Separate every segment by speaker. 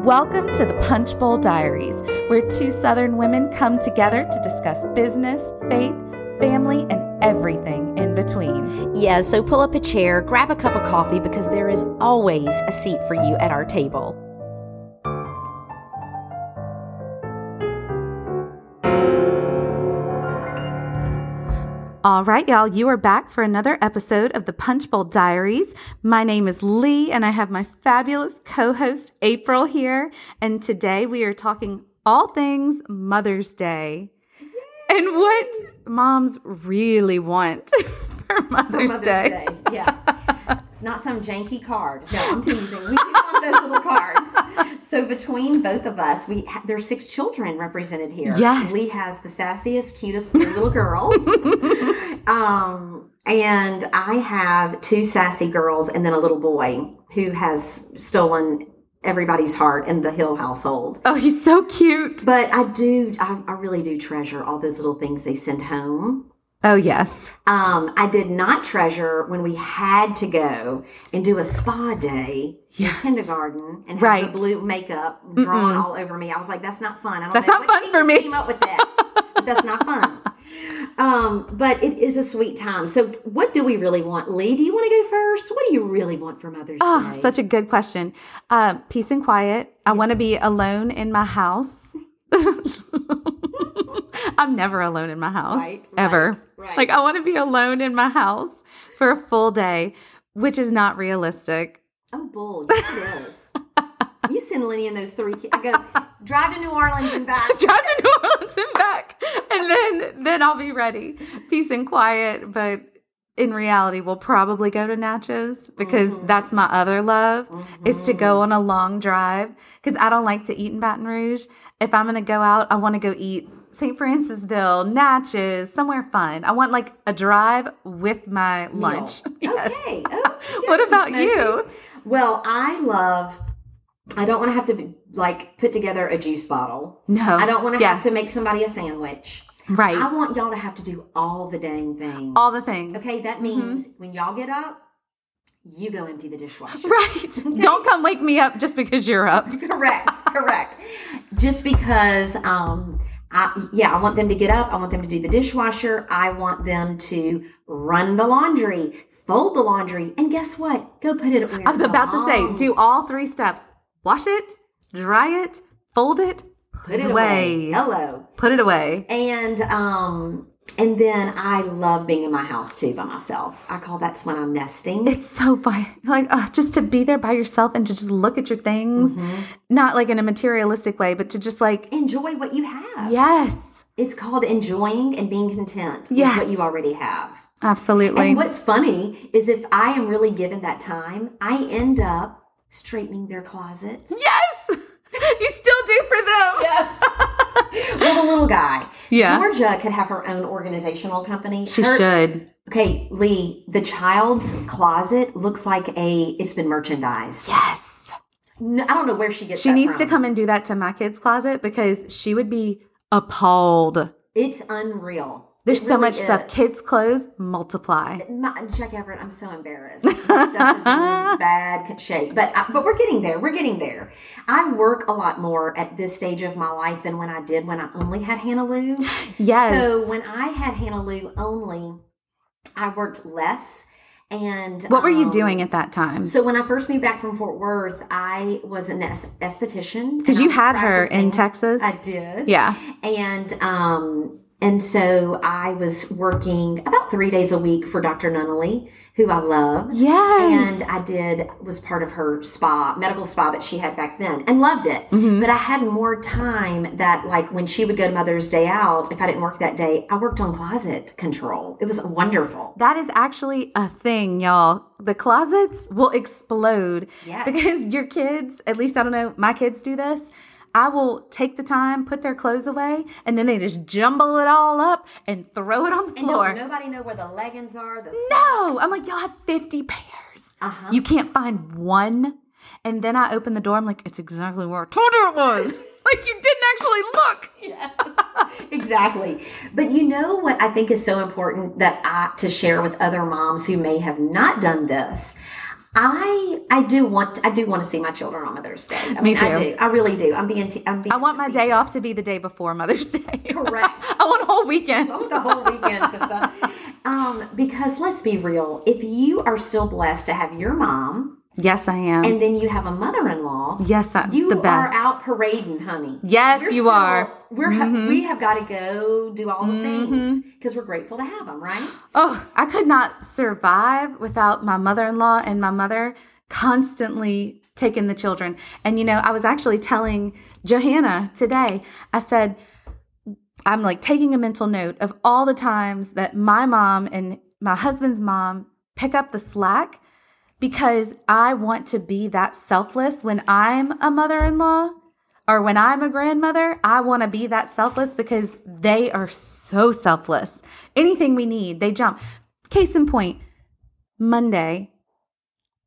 Speaker 1: Welcome to the Punch Bowl Diaries, where two Southern women come together to discuss business, faith, family, and everything in between.
Speaker 2: Yeah, so pull up a chair, grab a cup of coffee because there is always a seat for you at our table.
Speaker 1: All right, y'all, you are back for another episode of the Punch Bowl Diaries. My name is Lee, and I have my fabulous co host April here. And today we are talking all things Mother's Day and what moms really want for Mother's,
Speaker 2: Mother's
Speaker 1: Day.
Speaker 2: Day. Yeah. it's not some janky card. No, I'm teasing. We do love those little cards. So between both of us, we ha- there's six children represented here.
Speaker 1: Yes.
Speaker 2: Lee has the sassiest, cutest little girls. um, and I have two sassy girls and then a little boy who has stolen everybody's heart in the Hill household.
Speaker 1: Oh, he's so cute.
Speaker 2: But I do, I, I really do treasure all those little things they send home.
Speaker 1: Oh, yes.
Speaker 2: Um, I did not treasure when we had to go and do a spa day in
Speaker 1: Yes.
Speaker 2: kindergarten and have
Speaker 1: Right.
Speaker 2: the blue makeup drawn all over me. I was like, that's not fun. I don't
Speaker 1: That's
Speaker 2: know
Speaker 1: not
Speaker 2: what
Speaker 1: fun
Speaker 2: teacher
Speaker 1: for me.
Speaker 2: Came up with that. But that's not fun. Um, but it is a sweet time. So, what do we really want, Lee? Do you want to go first? What do you really want for Mother's
Speaker 1: Oh,
Speaker 2: Day?
Speaker 1: such a good question. Uh, peace and quiet. I want to be alone in my house. I'm never alone in my house,
Speaker 2: Right,
Speaker 1: ever.
Speaker 2: right, right.
Speaker 1: Like, I want to be alone in my house for a full day, which is not realistic.
Speaker 2: oh, bull! Yes, it is. you send Lenny and those three kids. I go drive to New Orleans and back.
Speaker 1: Drive to New Orleans and back, and then then I'll be ready. Peace and quiet, but in reality, we'll probably go to Natchez because
Speaker 2: Mm-hmm.
Speaker 1: that's my other love is to go on a long drive because I don't like to eat in Baton Rouge. If I'm gonna go out, I want to go eat St. Francisville, Natchez, somewhere fun. I want like a drive with my lunch. Yes.
Speaker 2: Okay. Oh,
Speaker 1: What
Speaker 2: definitely
Speaker 1: about you?
Speaker 2: smoky. Well, I love. I don't want to have to be, like put together a juice bottle.
Speaker 1: No,
Speaker 2: I don't want to have
Speaker 1: yes.
Speaker 2: to make somebody a sandwich.
Speaker 1: Right,
Speaker 2: I want y'all to have to do all the dang things.
Speaker 1: all Mm-hmm. the things.
Speaker 2: Okay, that means when y'all get up, you go empty the dishwasher.
Speaker 1: Right. Don't come wake me up just because you're up.
Speaker 2: correct. Correct. Just because. um I, yeah, I want them to get up. I want them to do the dishwasher. I want them to run the laundry, fold the laundry, and guess what? Go put it. Where
Speaker 1: I was about to say, do
Speaker 2: Oh.
Speaker 1: all three steps wash it, dry it, fold it,
Speaker 2: put it away.
Speaker 1: away.
Speaker 2: Hello.
Speaker 1: put it away.
Speaker 2: And um and then I love being in my house too by myself. I call that's when I'm nesting.
Speaker 1: It's so fun. Like, uh, just to be there by yourself and to just look at your things,
Speaker 2: Mm-hmm.
Speaker 1: not like in a materialistic way, but to just like,
Speaker 2: Enjoy what you have.
Speaker 1: yes,
Speaker 2: It's called enjoying and being content
Speaker 1: Yes.
Speaker 2: with what you already have.
Speaker 1: absolutely.
Speaker 2: And what's funny is if I am really given that time, I end up straightening their closets.
Speaker 1: yes, you still do for them.
Speaker 2: Well, the little guy.
Speaker 1: Yeah.
Speaker 2: Georgia could have her own organizational company.
Speaker 1: She
Speaker 2: Her-
Speaker 1: should.
Speaker 2: Okay, Lee, the child's closet looks like a it's been merchandised.
Speaker 1: Yes.
Speaker 2: No, I don't know where she gets.
Speaker 1: She
Speaker 2: that
Speaker 1: needs to
Speaker 2: from.
Speaker 1: come and do that to my kids' closet because she would be appalled.
Speaker 2: It's unreal.
Speaker 1: There's
Speaker 2: It
Speaker 1: so
Speaker 2: really
Speaker 1: much stuff.
Speaker 2: is.
Speaker 1: Kids' clothes multiply.
Speaker 2: My, Chuck Everett, I'm so embarrassed. This stuff is in bad shape, but I, but we're getting there. We're getting there. I work a lot more at this stage of my life than when I did when I only had Hannah Lou.
Speaker 1: Yes.
Speaker 2: So when I had Hannah Lou only, I worked less. And
Speaker 1: What were you
Speaker 2: um,
Speaker 1: doing at that time?
Speaker 2: So when I first moved back from Fort Worth, I was an aes- esthetician
Speaker 1: Because
Speaker 2: and I
Speaker 1: you
Speaker 2: was
Speaker 1: had her in
Speaker 2: practicing.
Speaker 1: Texas.
Speaker 2: I did.
Speaker 1: yeah.
Speaker 2: and um and so I was working about three days a week for Dr. Nunnally, who I love.
Speaker 1: Yes.
Speaker 2: And I did was part of her spa, medical spa that she had back then and loved it. But I had more time that like when she would go to Mother's Day out, if I didn't work that day, I worked on closet control. It was wonderful.
Speaker 1: that is actually a thing, y'all. The closets will explode
Speaker 2: Yes.
Speaker 1: because your kids, at least I don't know, my kids do this. I will take the time, put their clothes away, and then they just jumble it all up and throw it on the
Speaker 2: And
Speaker 1: floor.
Speaker 2: don't nobody know where the leggings are, the
Speaker 1: No, I'm like, y'all have 50 pairs.
Speaker 2: Uh-huh.
Speaker 1: You can't find one. And then I open the door. I'm like, it's exactly where I told you it was. like, you didn't actually look.
Speaker 2: exactly but you know what i think is so important that i to share with other moms who may have not done this I I do want I do want to see my children on Mother's Day. I
Speaker 1: Me
Speaker 2: I
Speaker 1: too.
Speaker 2: do. I really do. I'm being t- I'm being
Speaker 1: I want my day off to be the day before Mother's Day.
Speaker 2: Correct. Oh.
Speaker 1: I want a whole weekend.
Speaker 2: That was the whole weekend, sister. Um, because let's be real, if you are still blessed to have your mom
Speaker 1: Yes, I am.
Speaker 2: and then you have a mother-in-law,
Speaker 1: yes, I'm
Speaker 2: you
Speaker 1: the best.
Speaker 2: are out parading, honey.
Speaker 1: Yes,
Speaker 2: We're
Speaker 1: you
Speaker 2: still-
Speaker 1: are. Mm-hmm.
Speaker 2: We're ha- we have got to go do all the things because we're grateful to have them, right?
Speaker 1: Oh, I could not survive without my mother in law and my mother constantly taking the children. And, you know, I was actually telling Johanna today, I said, I'm like taking a mental note of all the times that my mom and my husband's mom pick up the slack because I want to be that selfless when I'm a mother in law or when I'm a grandmother, I want to be that selfless because they are so selfless. Anything we need, they jump. Case in point, Monday,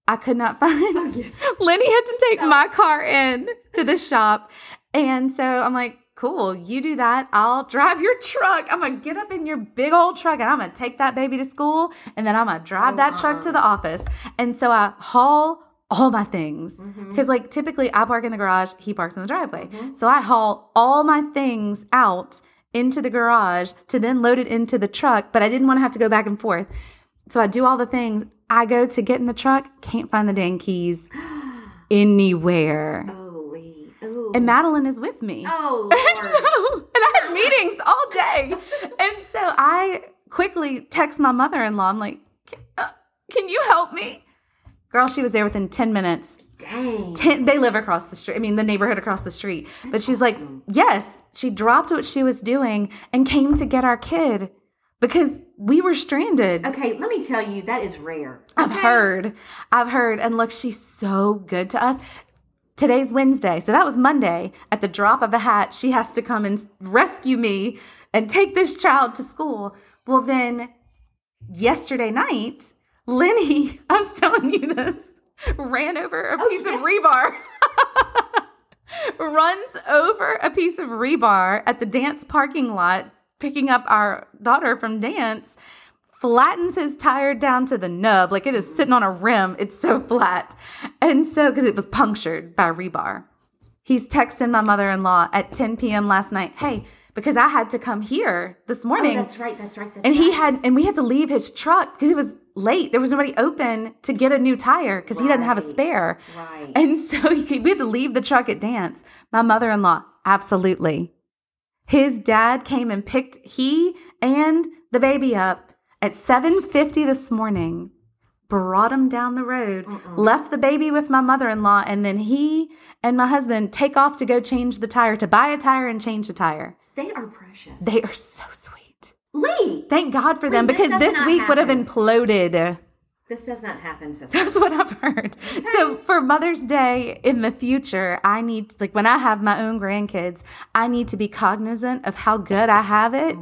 Speaker 1: I could not find Lenny had to take my car in to the shop. And so I'm like, cool, you do that. I'll drive your truck. I'm going to get up in your big old truck and I'm going to take that baby to school and then I'm going to drive that truck to the office. And so I haul all my things because like typically I park in the garage, he parks in the driveway. So I haul all my things out into the garage to then load it into the truck, but I didn't want to have to go back and forth. So I do all the things. I go to get in the truck, can't find the dang keys anywhere.
Speaker 2: Holy, oh,
Speaker 1: And Madeline is with me.
Speaker 2: oh,
Speaker 1: So,
Speaker 2: Lord.
Speaker 1: and I had meetings all day. And so I quickly text my mother in law. I'm like, "Can- uh, can you help me? Girl, she was there within 10 minutes.
Speaker 2: dang.
Speaker 1: Ten, they live across the street. I mean, the neighborhood across the street. but she's like, yes, she dropped what she was doing and came to get our kid because we were stranded.
Speaker 2: Okay, let me tell you, that is rare.
Speaker 1: I've heard. I've heard. And look, she's so good to us. Today's Wednesday. So that was Monday. At the drop of a hat, she has to come and rescue me and take this child to school. Well, then yesterday night, Lenny, I was telling you this, ran over
Speaker 2: Oh,
Speaker 1: a piece of rebar. runs over a piece of rebar at the dance parking lot, picking up our daughter from dance, flattens his tire down to the nub. Like it is sitting on a rim. It's so flat. And so, because it was punctured by rebar. He's texting my mother in law at 10 p.m. last night. Hey, because I had to come here this
Speaker 2: Oh,
Speaker 1: morning.
Speaker 2: that's right. That's right. That's
Speaker 1: And
Speaker 2: right.
Speaker 1: he had, and we had to leave his truck because it was late. There was nobody open to get a new tire because he didn't have a
Speaker 2: Right,
Speaker 1: spare.
Speaker 2: right.
Speaker 1: And so he, we had to leave the truck at dance. My mother in law, absolutely. His dad came and picked he and the baby up at 7.50 this morning brought him down the road left the baby with my mother-in-law and then he and my husband take off to go change the tire to buy a tire and change the tire
Speaker 2: they are precious.
Speaker 1: they are so sweet
Speaker 2: Lee,
Speaker 1: Thank God for them
Speaker 2: Wait,
Speaker 1: because
Speaker 2: this does
Speaker 1: this
Speaker 2: not
Speaker 1: week would have
Speaker 2: happen.
Speaker 1: imploded.
Speaker 2: this does not happen, sister.
Speaker 1: That's what I've heard. So for Mother's Day in the future, I need like when I have my own grandkids, I need to be cognizant of how good I have it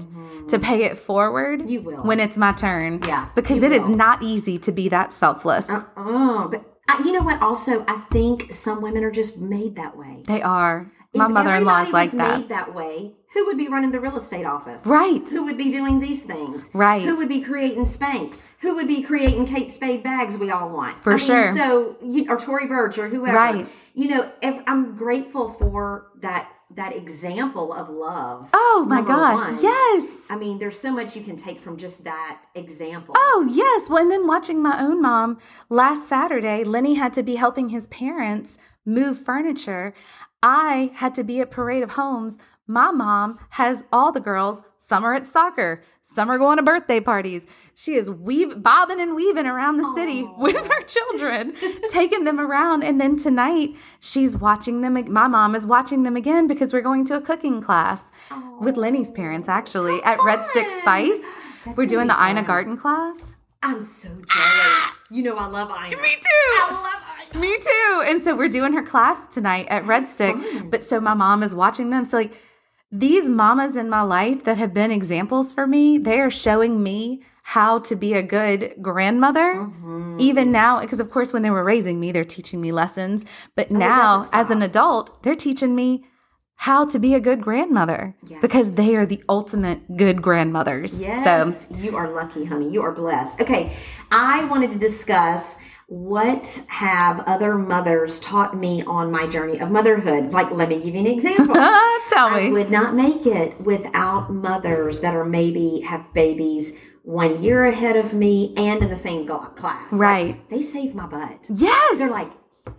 Speaker 1: to pay it forward.
Speaker 2: Mm-hmm. You will.
Speaker 1: when it's my turn.
Speaker 2: Yeah,
Speaker 1: because
Speaker 2: you
Speaker 1: it is
Speaker 2: will.
Speaker 1: not easy to be that selfless.
Speaker 2: Oh, but I, you know what? Also, I think some women are just made that way.
Speaker 1: They are. My
Speaker 2: If
Speaker 1: mother-in-law is
Speaker 2: everybody
Speaker 1: like
Speaker 2: was
Speaker 1: that.
Speaker 2: Made that way. Who would be running the real estate office?
Speaker 1: Right.
Speaker 2: Who would be doing these things?
Speaker 1: Right.
Speaker 2: Who would be creating Spanx? Who would be creating Kate Spade bags we all want?
Speaker 1: For
Speaker 2: I
Speaker 1: sure.
Speaker 2: Mean, so, you, or Tory Burch or whoever.
Speaker 1: Right.
Speaker 2: You know, if, I'm grateful for that that example of love.
Speaker 1: Oh my
Speaker 2: number
Speaker 1: gosh.
Speaker 2: one.
Speaker 1: Yes.
Speaker 2: I mean, there's so much you can take from just that example.
Speaker 1: Oh, yes. Well, and then watching my own mom last Saturday, Lenny had to be helping his parents move furniture. I had to be at Parade of Homes. My mom has all the girls. Some are at soccer, some are going to birthday parties. She is weave, bobbing and weaving around the city with her children, taking them around. And then tonight, she's watching them. My mom is watching them again because we're going to a cooking class with Lenny's parents, actually, at Red Stick Spice.
Speaker 2: That's
Speaker 1: we're doing
Speaker 2: gonna
Speaker 1: the
Speaker 2: be
Speaker 1: Ina
Speaker 2: fun.
Speaker 1: Garden class.
Speaker 2: I'm so jealous. You know, I love Ina.
Speaker 1: Me too.
Speaker 2: I love Ina.
Speaker 1: Me too. And so we're doing her class tonight at Red Stick. But so my mom is watching them. So like these mamas in my life that have been examples for me, they are showing me how to be a good grandmother
Speaker 2: Mm-hmm.
Speaker 1: even now because of course when they were raising me they're teaching me lessons
Speaker 2: Oh,
Speaker 1: but now
Speaker 2: doesn't
Speaker 1: as an adult they're teaching me how to be a good grandmother
Speaker 2: Yes.
Speaker 1: because they are the ultimate good grandmothers so
Speaker 2: Yes, you are lucky, honey. You are blessed. Okay, I wanted to discuss what have other mothers taught me on my journey of motherhood? Like, let me give you an example.
Speaker 1: Tell
Speaker 2: I
Speaker 1: me.
Speaker 2: would not make it without mothers that are maybe have babies one year ahead of me and in the same gl- class. Like,
Speaker 1: Right.
Speaker 2: they save my butt.
Speaker 1: yes.
Speaker 2: They're like,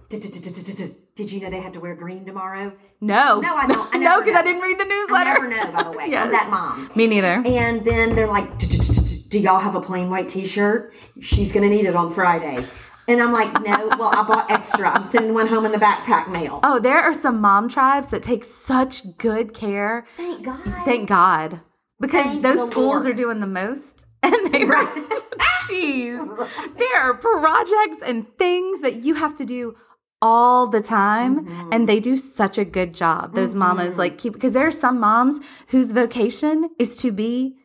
Speaker 2: "D-d-d-d-d-d-d-d. did you know they have to wear green tomorrow?
Speaker 1: no.
Speaker 2: No, I don't. I
Speaker 1: no,
Speaker 2: never
Speaker 1: because I
Speaker 2: know.
Speaker 1: didn't read the
Speaker 2: I
Speaker 1: newsletter.
Speaker 2: never know, by the way.
Speaker 1: Yes.
Speaker 2: I'm that mom.
Speaker 1: Me neither.
Speaker 2: And then they're like, "D-d-d-d-d-d, do y'all have a plain white t-shirt? She's going to need it on Friday. And I'm like, no, well, I bought extra. I'm sending one home in the backpack mail.
Speaker 1: Oh, there are some mom tribes that take such good care.
Speaker 2: Thank God.
Speaker 1: Thank God. Because
Speaker 2: Thank
Speaker 1: those
Speaker 2: the
Speaker 1: schools
Speaker 2: Lord.
Speaker 1: are doing the most. And they were, jeez, there are projects and things that you have to do all the time.
Speaker 2: Mm-hmm.
Speaker 1: And they do such a good job. Those mamas, like, keep, because there are some moms whose vocation is to be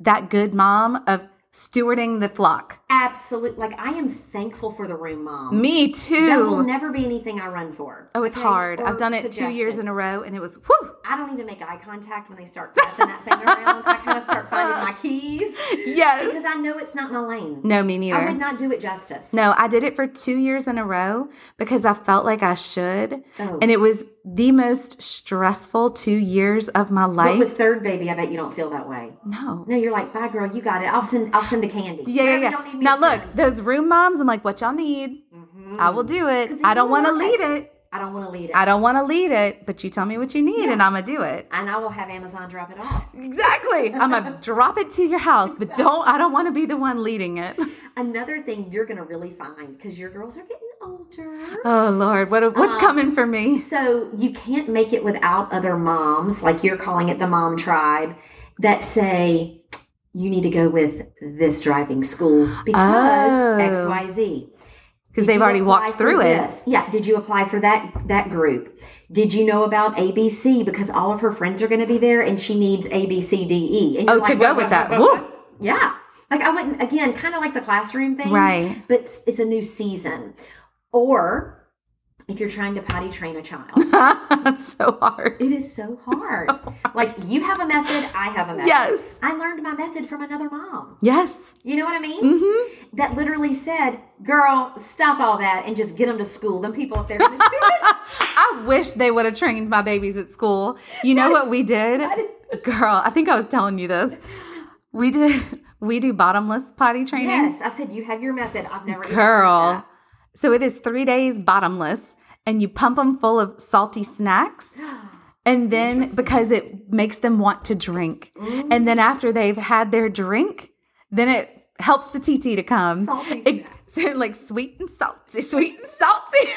Speaker 1: that good mom of stewarding the flock.
Speaker 2: Absolutely. Like, I am thankful for the room, mom.
Speaker 1: Me
Speaker 2: That will
Speaker 1: too.
Speaker 2: never be anything I run for.
Speaker 1: Oh, it's
Speaker 2: Okay?
Speaker 1: hard.
Speaker 2: Or
Speaker 1: I've done it two years
Speaker 2: suggested.
Speaker 1: in a row and it was, whew,
Speaker 2: I don't even make eye contact when they start passing that thing around. I kind of start finding my keys
Speaker 1: yes.
Speaker 2: because I know it's not my lane.
Speaker 1: No, me
Speaker 2: I
Speaker 1: neither.
Speaker 2: would not do it justice.
Speaker 1: No, I did it for two years in a row because I felt like I should.
Speaker 2: Oh.
Speaker 1: And it was the most stressful two years of my
Speaker 2: But
Speaker 1: life.
Speaker 2: with third baby, I bet you don't feel that way.
Speaker 1: no.
Speaker 2: No, you're like, bye, girl. You got it. I'll send. I'll send the candy.
Speaker 1: Yeah, yeah,
Speaker 2: Whatever
Speaker 1: yeah.
Speaker 2: y'all need me
Speaker 1: Now,
Speaker 2: to
Speaker 1: look,
Speaker 2: send.
Speaker 1: those room moms, I'm like, what y'all need? I will do it.
Speaker 2: 'Cause they
Speaker 1: I don't
Speaker 2: do
Speaker 1: want to
Speaker 2: love
Speaker 1: lead
Speaker 2: it.
Speaker 1: it.
Speaker 2: I don't want to lead it,
Speaker 1: I don't want to lead it, but you tell me what you need and I'm going to do it.
Speaker 2: and I will have Amazon drop it off.
Speaker 1: Exactly. I'm going to drop it to your house, but don't, I don't want to be the one leading it.
Speaker 2: Another thing you're gonna really find because your girls are getting older.
Speaker 1: Oh, Lord. What, what's coming for me?
Speaker 2: So Um, you can't make it without other moms, like you're calling it the mom tribe, that say you need to go with this driving school because
Speaker 1: Oh.
Speaker 2: XYZ.
Speaker 1: Because
Speaker 2: Did
Speaker 1: they've
Speaker 2: you
Speaker 1: already
Speaker 2: apply
Speaker 1: walked
Speaker 2: for
Speaker 1: through it.
Speaker 2: this? Yeah. Did you apply for that that group? Did you know about ABC because all of her friends are going to be there and she needs ABCDE? E. And
Speaker 1: Oh,
Speaker 2: you're
Speaker 1: to
Speaker 2: like,
Speaker 1: go
Speaker 2: what,
Speaker 1: with
Speaker 2: what,
Speaker 1: that.
Speaker 2: what, what,
Speaker 1: Woo.
Speaker 2: what? Yeah. Like I wouldn't again, kind of like the classroom thing,
Speaker 1: Right.
Speaker 2: But it's, it's a new season, or if you're trying to potty train a child,
Speaker 1: That's so hard.
Speaker 2: It is so hard. Like you have a method, I have a method.
Speaker 1: Yes.
Speaker 2: I learned my method from another mom.
Speaker 1: Yes.
Speaker 2: You know what I mean? Mm-hmm. That literally said, "Girl, stop all that and just get them to school." Them people up there. Gonna do it.
Speaker 1: I wish they would have trained my babies at school. You know what we did? Girl, I think I was telling you this. We did we do bottomless potty training.
Speaker 2: yes, I said you have your method. I've never. even heard
Speaker 1: Girl.
Speaker 2: that.
Speaker 1: So it is 3 days bottomless and you pump them full of salty snacks. And then because it makes them want to drink. And
Speaker 2: Mm.
Speaker 1: then after they've had their drink, then it helps the TT to come.
Speaker 2: Salty
Speaker 1: It- so like sweet and salty, sweet and salty.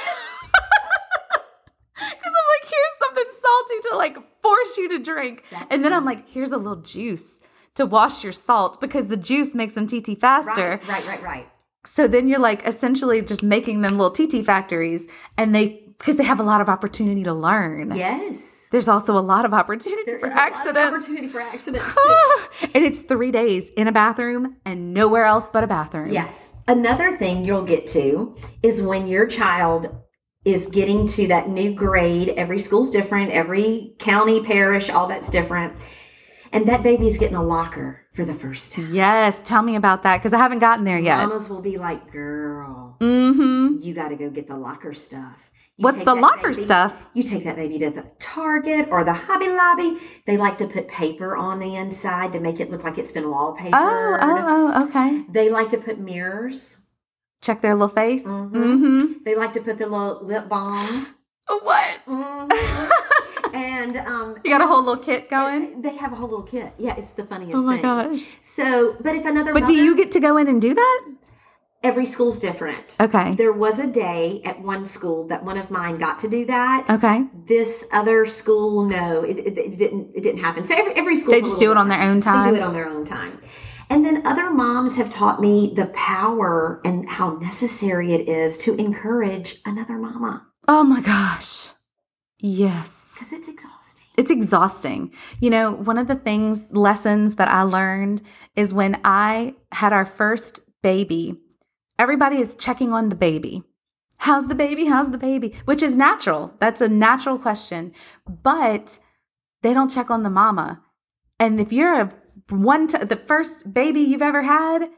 Speaker 1: Because I'm like, here's something salty to like force you to drink. and then I'm like, here's a little juice to wash your salt because the juice makes them TT faster.
Speaker 2: Right, right, right, right.
Speaker 1: So then you're like essentially just making them little TT factories and they, because they have a lot of opportunity to learn.
Speaker 2: Yes.
Speaker 1: There's also a lot of opportunity
Speaker 2: There
Speaker 1: for
Speaker 2: is a lot of
Speaker 1: accidents.
Speaker 2: opportunity for accidents. too.
Speaker 1: Ah, and it's three days in a bathroom and nowhere else but a bathroom.
Speaker 2: Yes. Another thing you'll get to is when your child is getting to that new grade. Every school's different, every county, parish, all that's different. And that baby's getting a locker for the first time.
Speaker 1: Yes. Tell me about that because I haven't gotten there yet.
Speaker 2: Mamas will be like, girl,
Speaker 1: mm-hmm.
Speaker 2: you got to go get the locker stuff. You
Speaker 1: What's
Speaker 2: take
Speaker 1: the
Speaker 2: that
Speaker 1: locker
Speaker 2: baby-
Speaker 1: stuff?
Speaker 2: You take that baby to the Target or the Hobby Lobby. They like to put paper on the inside to make it look like it's been wallpapered.
Speaker 1: Oh, oh, oh, okay.
Speaker 2: They like to put mirrors.
Speaker 1: Check their little face.
Speaker 2: Mhm.
Speaker 1: Mm-hmm.
Speaker 2: They like to put the little lip balm.
Speaker 1: Oh, What?
Speaker 2: Mm-hmm. Mhm. and um,
Speaker 1: You got a whole little kit going?
Speaker 2: they have a whole little kit. Yeah, it's the funniest
Speaker 1: Oh my
Speaker 2: thing.
Speaker 1: gosh.
Speaker 2: So, but if another
Speaker 1: But do you get to go in and do that?
Speaker 2: every school's different.
Speaker 1: Okay.
Speaker 2: There was a day at one school that one of mine got to do that.
Speaker 1: Okay.
Speaker 2: This other school, no, it, it, it didn't. It didn't happen. So every, every school
Speaker 1: They just do it on their own
Speaker 2: They do
Speaker 1: time.
Speaker 2: it on their own time. And then other moms have taught me the power and how necessary it is to encourage another mama
Speaker 1: Oh my gosh. Yes.
Speaker 2: because it's exhausting.
Speaker 1: It's exhausting. You know, one of the things, lessons that I learned is when I had our first baby, everybody is checking on the baby. How's the baby? How's the baby? Which is natural. That's a natural question. But they don't check on the mama. And if you're a one, t- the first baby you've ever had,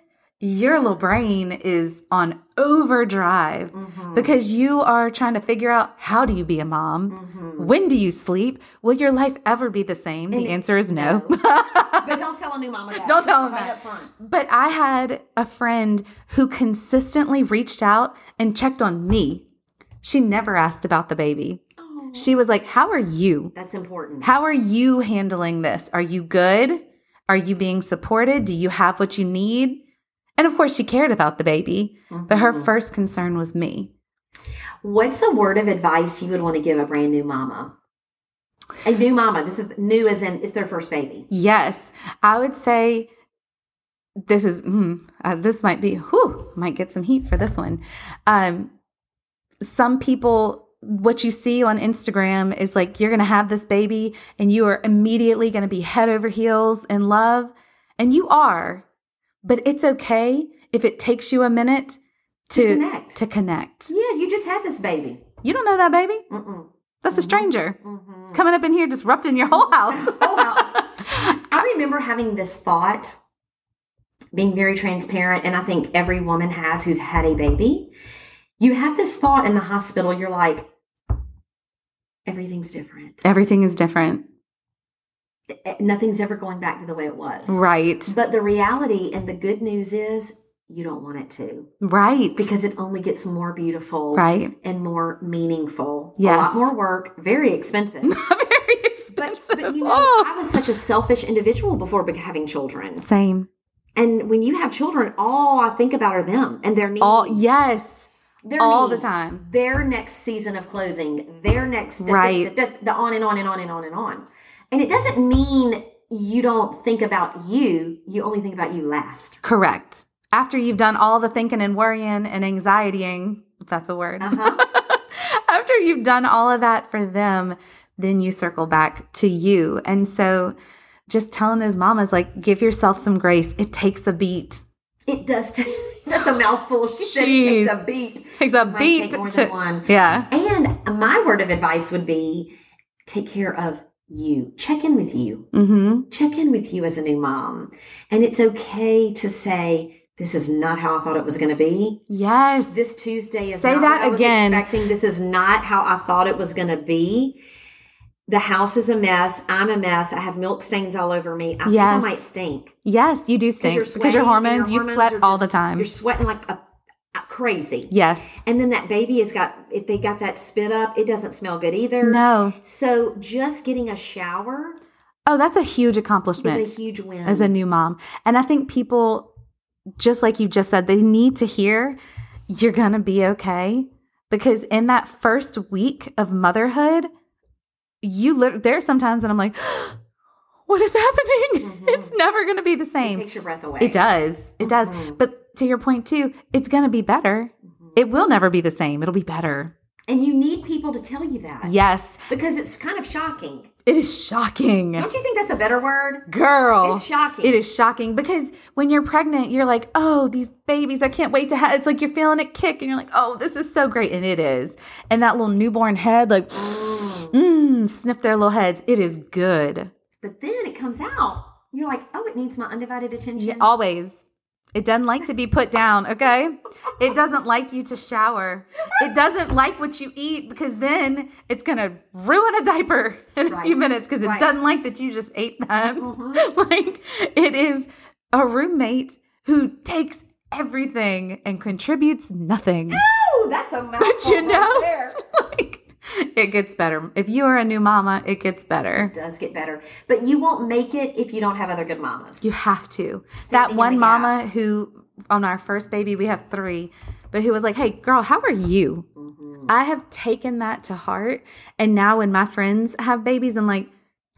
Speaker 1: your little brain is on overdrive
Speaker 2: Mhm.
Speaker 1: because you are trying to figure out how do you be a mom?
Speaker 2: Mhm.
Speaker 1: When do you sleep? Will your life ever be the same?
Speaker 2: And
Speaker 1: The
Speaker 2: it-
Speaker 1: answer is no.
Speaker 2: But don't tell a new mama that.
Speaker 1: Don't tell 'em
Speaker 2: Right
Speaker 1: that.
Speaker 2: up front.
Speaker 1: But I had a friend who consistently reached out and checked on me. She never asked about the baby. She was like, How are you?
Speaker 2: That's important.
Speaker 1: How are you handling this? Are you good? Are you being supported? Do you have what you need? And of course, she cared about the baby, but her first concern was me.
Speaker 2: What's a word of advice you would want to give a brand new mama? A new mama. This is new as in it's their first baby.
Speaker 1: Yes, I would say this is mm, uh, this might be whew, might get some heat for this one. Um, some people, what you see on Instagram is like you're going to have this baby and you are immediately going to be head over heels in love, and you are, but it's okay if it takes you a minute to
Speaker 2: To connect.
Speaker 1: To connect.
Speaker 2: Yeah, you just had this baby.
Speaker 1: You don't know that baby.
Speaker 2: Mm-mm.
Speaker 1: That's a stranger
Speaker 2: Mm-hmm.
Speaker 1: coming up in here disrupting your whole house.
Speaker 2: Whole house. I remember having this thought, being very transparent, and I think every woman has who's had a baby. You have this thought in the hospital. You're like, everything's different.
Speaker 1: Everything is different,
Speaker 2: Eh, Nothing's ever going back to the way it was.
Speaker 1: right?
Speaker 2: But the reality and the good news is you don't want it to
Speaker 1: Right.
Speaker 2: because it only gets more beautiful
Speaker 1: right.
Speaker 2: and more meaningful.
Speaker 1: Yes.
Speaker 2: A lot more work, very expensive.
Speaker 1: Very
Speaker 2: But,
Speaker 1: expensive.
Speaker 2: but you know,
Speaker 1: Oh.
Speaker 2: I was such a selfish individual before be- having children.
Speaker 1: Same.
Speaker 2: And when you have children, all I think about are them and their needs.
Speaker 1: All yes.
Speaker 2: their
Speaker 1: all the
Speaker 2: needs,
Speaker 1: time.
Speaker 2: Their next season of clothing, their next
Speaker 1: Right.
Speaker 2: the, on and on and on and on and on. And it doesn't mean you don't think about you, you only think about you last.
Speaker 1: Correct. After you've done all the thinking and worrying and anxietying, if that's a word.
Speaker 2: Uh-huh.
Speaker 1: After you've done all of that for them, then you circle back to you. And so just telling those mamas like give yourself some grace. It takes a beat.
Speaker 2: it does take that's a mouthful. She said it takes
Speaker 1: Jeez.
Speaker 2: a beat.
Speaker 1: Takes a
Speaker 2: Might
Speaker 1: beat
Speaker 2: take more
Speaker 1: to
Speaker 2: than one.
Speaker 1: Yeah.
Speaker 2: And my word of advice would be take care of you. Check in with you.
Speaker 1: Mhm.
Speaker 2: check in with you as a new mom. And it's okay to say, this is not how I thought it was going to be.
Speaker 1: Yes.
Speaker 2: This Tuesday is
Speaker 1: Say
Speaker 2: not
Speaker 1: that
Speaker 2: what I was
Speaker 1: again.
Speaker 2: expecting. This is not how I thought it was going to be. The house is a mess. I'm a mess. I have milk stains all over me. I think I
Speaker 1: Yes.
Speaker 2: might stink
Speaker 1: yes, you do stink because your
Speaker 2: sweating and
Speaker 1: hormones, you
Speaker 2: hormones
Speaker 1: sweat
Speaker 2: are
Speaker 1: all the
Speaker 2: just-
Speaker 1: time.
Speaker 2: You're sweating like a, a crazy.
Speaker 1: Yes.
Speaker 2: And then that baby has got if they got that spit up, it doesn't smell good either.
Speaker 1: No.
Speaker 2: So just getting a shower
Speaker 1: Oh, that's a huge
Speaker 2: is
Speaker 1: accomplishment.
Speaker 2: a huge win.
Speaker 1: as a new mom. And I think people, just like you just said, they need to hear you're going to be okay. Because in that first week of motherhood, you lit- there are sometimes that I'm like, what is happening? It's never going to be the
Speaker 2: Mm-hmm. it
Speaker 1: same.
Speaker 2: takes Mm-hmm. your breath away.
Speaker 1: It does. It does. But to your point, too, it's going to be better.
Speaker 2: Mm-hmm.
Speaker 1: It will never be the same. It'll be better.
Speaker 2: And you need people to tell you that.
Speaker 1: Yes.
Speaker 2: Because it's kind of shocking.
Speaker 1: It is shocking.
Speaker 2: Don't you think that's a better word?
Speaker 1: Girl.
Speaker 2: It's shocking.
Speaker 1: It is shocking because when you're pregnant, you're like, oh, these babies, I can't wait to have. It's like you're feeling it kick and you're like, oh, this is so great. And it is. And that little newborn head, like, mm, sniff their little heads. It is good.
Speaker 2: But then it comes out. You're like, oh, it needs my undivided attention.
Speaker 1: Yeah, Oh, always. It doesn't like to be put down, okay? It doesn't like you to shower. It doesn't like what you eat because then it's gonna ruin a diaper in a few
Speaker 2: Right.
Speaker 1: minutes because it
Speaker 2: Right. Mm-hmm.
Speaker 1: doesn't like that you just ate that. like it is a roommate who takes everything and contributes nothing.
Speaker 2: Oh, that's a mouthful.
Speaker 1: But you know,
Speaker 2: right there.
Speaker 1: like it gets better. If you are a new mama, it gets better.
Speaker 2: It does get better. But you won't make it if you don't have other good mamas.
Speaker 1: You have to.
Speaker 2: Standing
Speaker 1: that
Speaker 2: in
Speaker 1: one
Speaker 2: the gap.
Speaker 1: mama who, on our first baby, we have three, but who was like, hey, girl, how are you?
Speaker 2: Mm-hmm.
Speaker 1: I have taken that to heart. And now when my friends have babies, I'm like,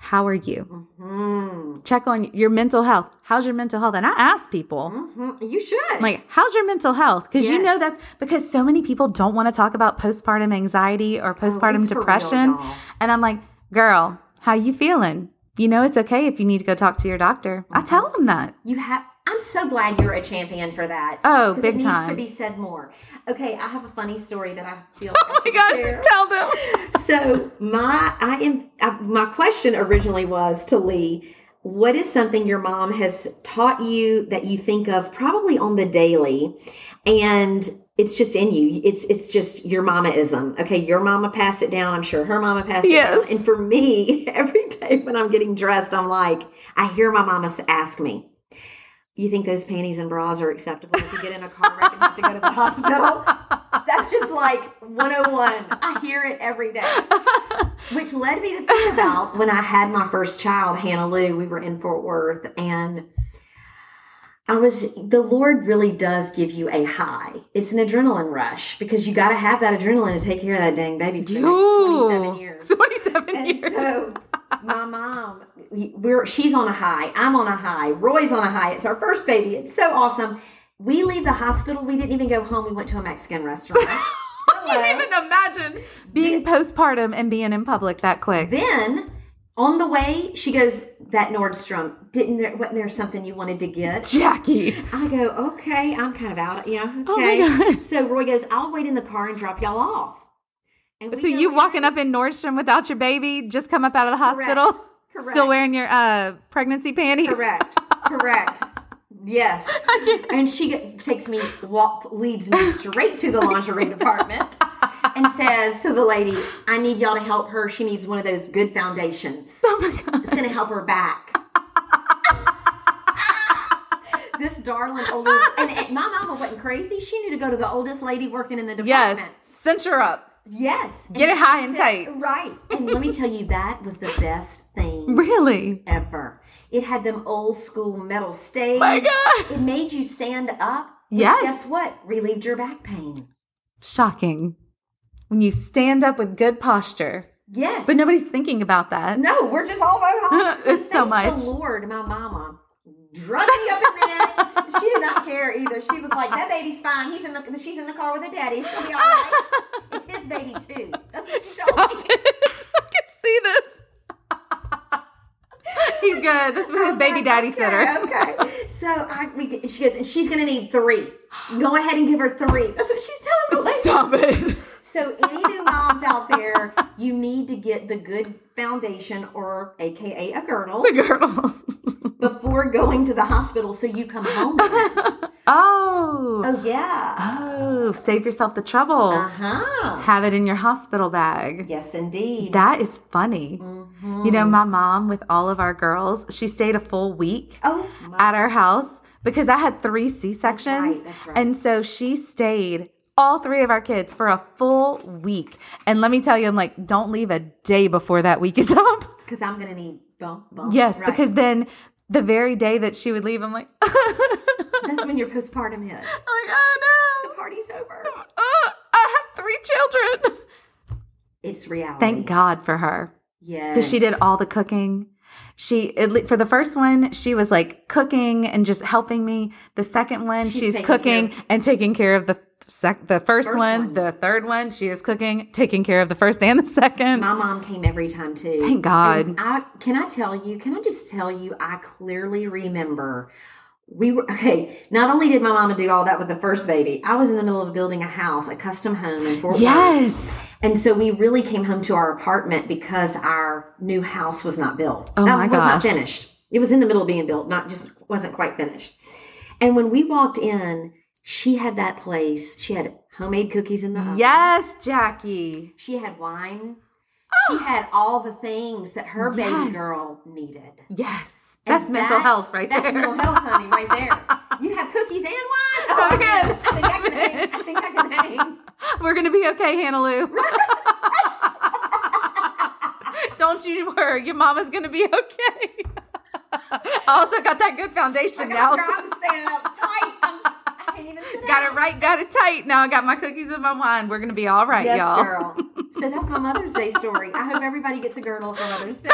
Speaker 1: how are you?
Speaker 2: Mm.
Speaker 1: Check on your mental health. How's your mental health? And I ask people,
Speaker 2: Mhm. You should.
Speaker 1: like, how's your mental health? Because you know
Speaker 2: Yes.
Speaker 1: that's because so many people don't want to talk about postpartum anxiety or postpartum
Speaker 2: Oh, it's for real,
Speaker 1: depression.
Speaker 2: y'all.
Speaker 1: and I'm like, girl, how you feeling? You know it's okay if you need to go talk to your doctor. I tell them
Speaker 2: Mm-hmm.
Speaker 1: that.
Speaker 2: you have. I'm so glad you're a champion for that.
Speaker 1: Oh,
Speaker 2: 'Cause
Speaker 1: big
Speaker 2: it needs to
Speaker 1: time.
Speaker 2: be said more. Okay, I have a funny story that I feel.
Speaker 1: Oh my gosh, tell them.
Speaker 2: So my I am I, my question originally was to Lee. What is something your mom has taught you that you think of probably on the daily and it's just in you. It's it's just your mamaism. Okay, your mama passed it down. I'm sure her mama passed it
Speaker 1: Yes.
Speaker 2: down. And for me, every day when I'm getting dressed, I'm like, I hear my mama s- ask me, "You think those panties and bras are acceptable if you get in a car wreck and have to go to the hospital?" That's just like 101. I hear it every day. Which led me to think about when I had my first child, Hannah Lou, we were in Fort Worth, and I was, the Lord really does give you a high. It's an adrenaline rush because you got to have that adrenaline to take care of that dang baby for the next 27 years.
Speaker 1: 27
Speaker 2: And
Speaker 1: years.
Speaker 2: so my mom, we're she's on a high. I'm on a high. Roy's on a high. It's our first baby. It's so awesome. We leave the hospital. We didn't even go home. We went to a Mexican restaurant.
Speaker 1: I can't
Speaker 2: uh,
Speaker 1: even imagine being postpartum and being in public that quick.
Speaker 2: Then on the way, she goes, "That Nordstrom didn't. There, wasn't there something you wanted to get?"
Speaker 1: Jackie.
Speaker 2: I go, "Okay, I'm kind of out. You know,
Speaker 1: Oh my
Speaker 2: okay."
Speaker 1: God.
Speaker 2: so Roy goes, "I'll wait in the car and drop y'all off." And
Speaker 1: So you walking up in Nordstrom without your baby, just come up out of the hospital,
Speaker 2: Correct.
Speaker 1: still wearing your uh, pregnancy panties.
Speaker 2: Correct. Correct. Yes. And she get- takes me, walk, leads me straight to the lingerie department and says to the lady, I need y'all to help her. She needs one of those good foundations.
Speaker 1: Oh my God.
Speaker 2: It's going to help her back. this darling old and, and my mama wasn't crazy. She knew to go to the oldest lady working in the
Speaker 1: Yes.
Speaker 2: department.
Speaker 1: Cincher up.
Speaker 2: Yes.
Speaker 1: Get it high and
Speaker 2: that's
Speaker 1: tight.
Speaker 2: Right. And let me tell you, that was the best thing
Speaker 1: Really?
Speaker 2: ever. It had them old school metal staves.
Speaker 1: My God.
Speaker 2: It made you stand up. which,
Speaker 1: Yes.
Speaker 2: Guess what? Relieved your back pain.
Speaker 1: Shocking. When you stand up with good posture,
Speaker 2: Yes.
Speaker 1: but nobody's thinking about that.
Speaker 2: No, we're just all about
Speaker 1: It's so much.
Speaker 2: The Lord, my mama, drug me up in that. she did not care either. She was like, "That baby's fine. He's in the. She's in the car with her daddy. It's gonna be all right. it's his baby too. That's what she told
Speaker 1: Stop
Speaker 2: me.
Speaker 1: it. I can see this. He's good. That's what his baby daddy
Speaker 2: okay,
Speaker 1: said her.
Speaker 2: Okay. So I, we, get- and she goes, and she's gonna need three. Go ahead and give her three. That's what she's telling me. Like,
Speaker 1: Stop it.
Speaker 2: So any new moms out there, you need to get the good foundation or AKA a girdle
Speaker 1: The girdle.
Speaker 2: before going to the hospital so you come home. with it.
Speaker 1: Oh.
Speaker 2: Oh yeah.
Speaker 1: Oh, save yourself the trouble.
Speaker 2: Uh-huh.
Speaker 1: Have it in your hospital bag.
Speaker 2: Yes indeed.
Speaker 1: That is funny. You know, my mom with all of our girls, she stayed a full week
Speaker 2: oh my
Speaker 1: at our house because I had three C sections.
Speaker 2: that's right.
Speaker 1: And so she stayed all three of our kids for a full week. And let me tell you, I'm like, don't leave a day before that week is up.
Speaker 2: because I'm gonna need bump bump.
Speaker 1: Yes,
Speaker 2: Right.
Speaker 1: because then the very day that she would leave, I'm like, I'm
Speaker 2: that's when your postpartum hit.
Speaker 1: like, oh
Speaker 2: The
Speaker 1: no,
Speaker 2: party's over.
Speaker 1: oh, I have three children.
Speaker 2: It's reality.
Speaker 1: Thank God for her.
Speaker 2: Yes.
Speaker 1: because she did all the cooking. She at le- for the first one, she was like cooking and just helping me. The second one, she's,
Speaker 2: taking
Speaker 1: cooking
Speaker 2: care
Speaker 1: and taking care of the sec- the first,
Speaker 2: First
Speaker 1: one,
Speaker 2: one.
Speaker 1: the third one, she is cooking, taking care of the first and the second.
Speaker 2: My mom came every time too.
Speaker 1: Thank God.
Speaker 2: And I can I tell you, can I just tell you I clearly remember we were okay, not only did my mama do all that with the first baby, I was in the middle of building a house, a custom home in Fort Worth.
Speaker 1: yes.
Speaker 2: And so we really came home to our apartment because our new house was not built.
Speaker 1: Oh
Speaker 2: that
Speaker 1: my
Speaker 2: was not
Speaker 1: gosh.
Speaker 2: finished. It was in the middle of being built, not just wasn't quite finished. And when we walked in, she had that place. She had homemade cookies in the oven.
Speaker 1: Yes, Jackie.
Speaker 2: She had wine. She had all the things that her
Speaker 1: Oh. Yes.
Speaker 2: baby girl needed.
Speaker 1: Yes.
Speaker 2: And
Speaker 1: that's mental
Speaker 2: that-
Speaker 1: health right
Speaker 2: that's
Speaker 1: there.
Speaker 2: mental health, honey, right there. You have cookies and wine. Oh, my God. I think I can hang. I think I can hang.
Speaker 1: We're going to be okay, Hannah Lou. Don't you worry. Your mama's going to be okay. I also got that good foundation now.
Speaker 2: Girl, I'm standing up tight. I'm, s- I can't even sit
Speaker 1: Got
Speaker 2: down.
Speaker 1: it right, got it tight. Now I got my cookies and my wine. We're gonna be all right,
Speaker 2: Yes,
Speaker 1: y'all.
Speaker 2: girl. So that's my Mother's Day story. I hope everybody gets a girdle for Mother's Day.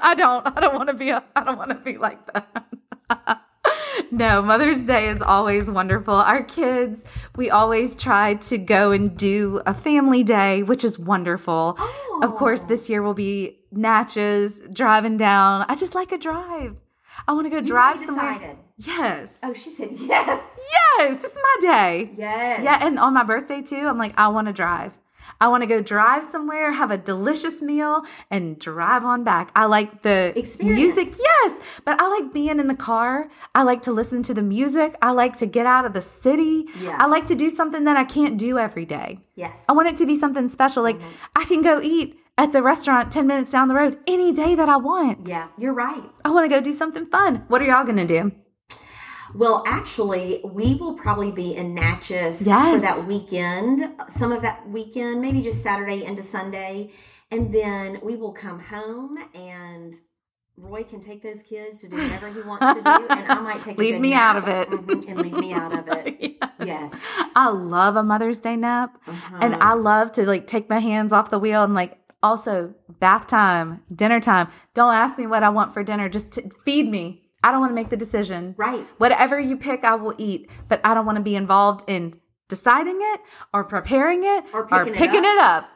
Speaker 1: I don't, I don't want to be, a, I don't want to be like that. no, Mother's Day is always wonderful. Our kids, we always try to go and do a family day, which is wonderful.
Speaker 2: Oh.
Speaker 1: Of course, this year will be Natchez driving down. I just like a drive. I want to go drive
Speaker 2: We
Speaker 1: somewhere.
Speaker 2: decided.
Speaker 1: Yes,
Speaker 2: Oh, she said yes.
Speaker 1: yes, it's my day.
Speaker 2: Yes.
Speaker 1: Yeah, and on my birthday too, I'm like, I want to drive. I want to go drive somewhere, have a delicious meal, and drive on back. I like the
Speaker 2: Experience.
Speaker 1: music, yes, but I like being in the car. I like to listen to the music. I like to get out of the city.
Speaker 2: Yeah.
Speaker 1: I like to do something that I can't do every day.
Speaker 2: Yes.
Speaker 1: I want it to be something special. Like
Speaker 2: Mm-hmm.
Speaker 1: I can go eat at the restaurant 10 minutes down the road any day that I want.
Speaker 2: yeah, you're right.
Speaker 1: I want to go do something fun. What are y'all going to do?
Speaker 2: Well, actually, we will probably be in Natchez for
Speaker 1: Yes.
Speaker 2: that weekend, some of that weekend, maybe just Saturday into Sunday. And then we will come home and Roy can take those kids to do whatever he wants to do. And I might take a
Speaker 1: Leave
Speaker 2: good
Speaker 1: me out
Speaker 2: nap.
Speaker 1: of it.
Speaker 2: Mhm, and leave me out of it. Yes.
Speaker 1: I love a Mother's Day nap. And
Speaker 2: Uh-huh.
Speaker 1: I love to like take my hands off the wheel and like also bath time, dinner time. Don't ask me what I want for dinner. Just t- feed me. I don't want to make the decision.
Speaker 2: Right.
Speaker 1: Whatever you pick, I will eat, but I don't want to be involved in deciding it or preparing it
Speaker 2: Or
Speaker 1: or
Speaker 2: picking
Speaker 1: picking,
Speaker 2: it
Speaker 1: it, up.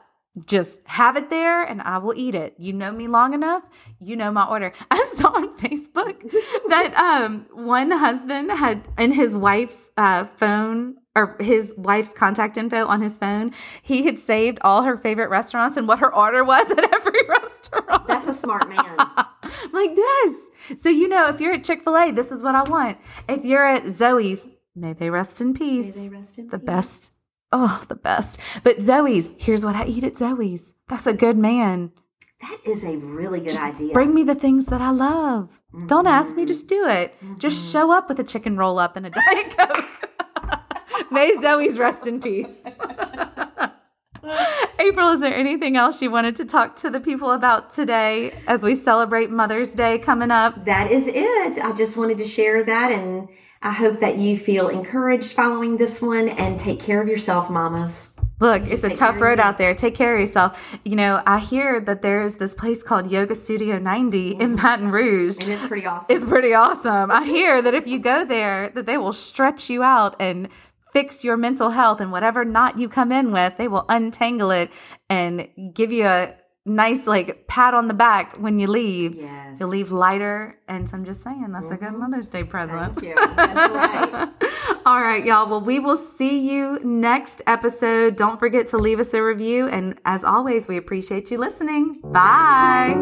Speaker 1: Just have it there and I will eat it. You know me long enough, you know my order. I saw on Facebook that um, one husband had in his wife's uh, phone or his wife's contact info on his phone, he had saved all her favorite restaurants and what her order was at every restaurant
Speaker 2: That's a smart man.
Speaker 1: like this. So you know, if you're at Chick Fil A, this is what I want. If you're at Zoe's, may they rest in peace.
Speaker 2: They rest in
Speaker 1: the
Speaker 2: peace.
Speaker 1: best. Oh, the best. But Zoe's, here's what I eat at Zoe's. That's a good man.
Speaker 2: That is a really good idea.
Speaker 1: Bring me the things that I love. Don't ask
Speaker 2: Mm-hmm.
Speaker 1: me, just do it. Just show up with a chicken roll up and a Diet Coke. May Zoe's rest in peace. April, is there anything else you wanted to talk to the people about today as we celebrate Mother's Day coming up?
Speaker 2: that is it. I just wanted to share that and I hope that you feel encouraged following this one and take care of yourself, mamas.
Speaker 1: Look, it's a
Speaker 2: take care
Speaker 1: tough
Speaker 2: of
Speaker 1: road out there. Take care of yourself. You know, I hear that there is this place called Yoga Studio 90
Speaker 2: Mm-hmm.
Speaker 1: in Baton Rouge.
Speaker 2: And it's pretty awesome.
Speaker 1: It's pretty awesome. I hear that if you go there, that they will stretch you out and fix your mental health and whatever knot you come in with, they will untangle it and give you a nice like pat on the back when you leave.
Speaker 2: Yes. Mm-hmm.
Speaker 1: You'll leave lighter. And so I'm just saying that's a good Mother's Day present.
Speaker 2: Thank you. That's right.
Speaker 1: All right, y'all. Well, we will see you next episode. Don't forget to leave us a review. And as always, we appreciate you listening. Bye.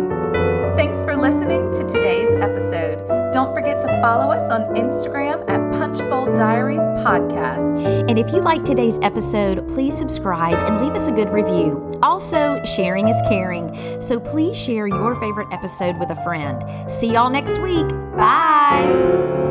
Speaker 1: Thanks for listening to today's episode. Don't forget to follow us on Instagram at Punchbowl Diaries Podcast.
Speaker 3: And if you like today's episode, please subscribe and leave us a good review. Also, sharing is caring, so please share your favorite episode with a friend. See y'all next week. Bye.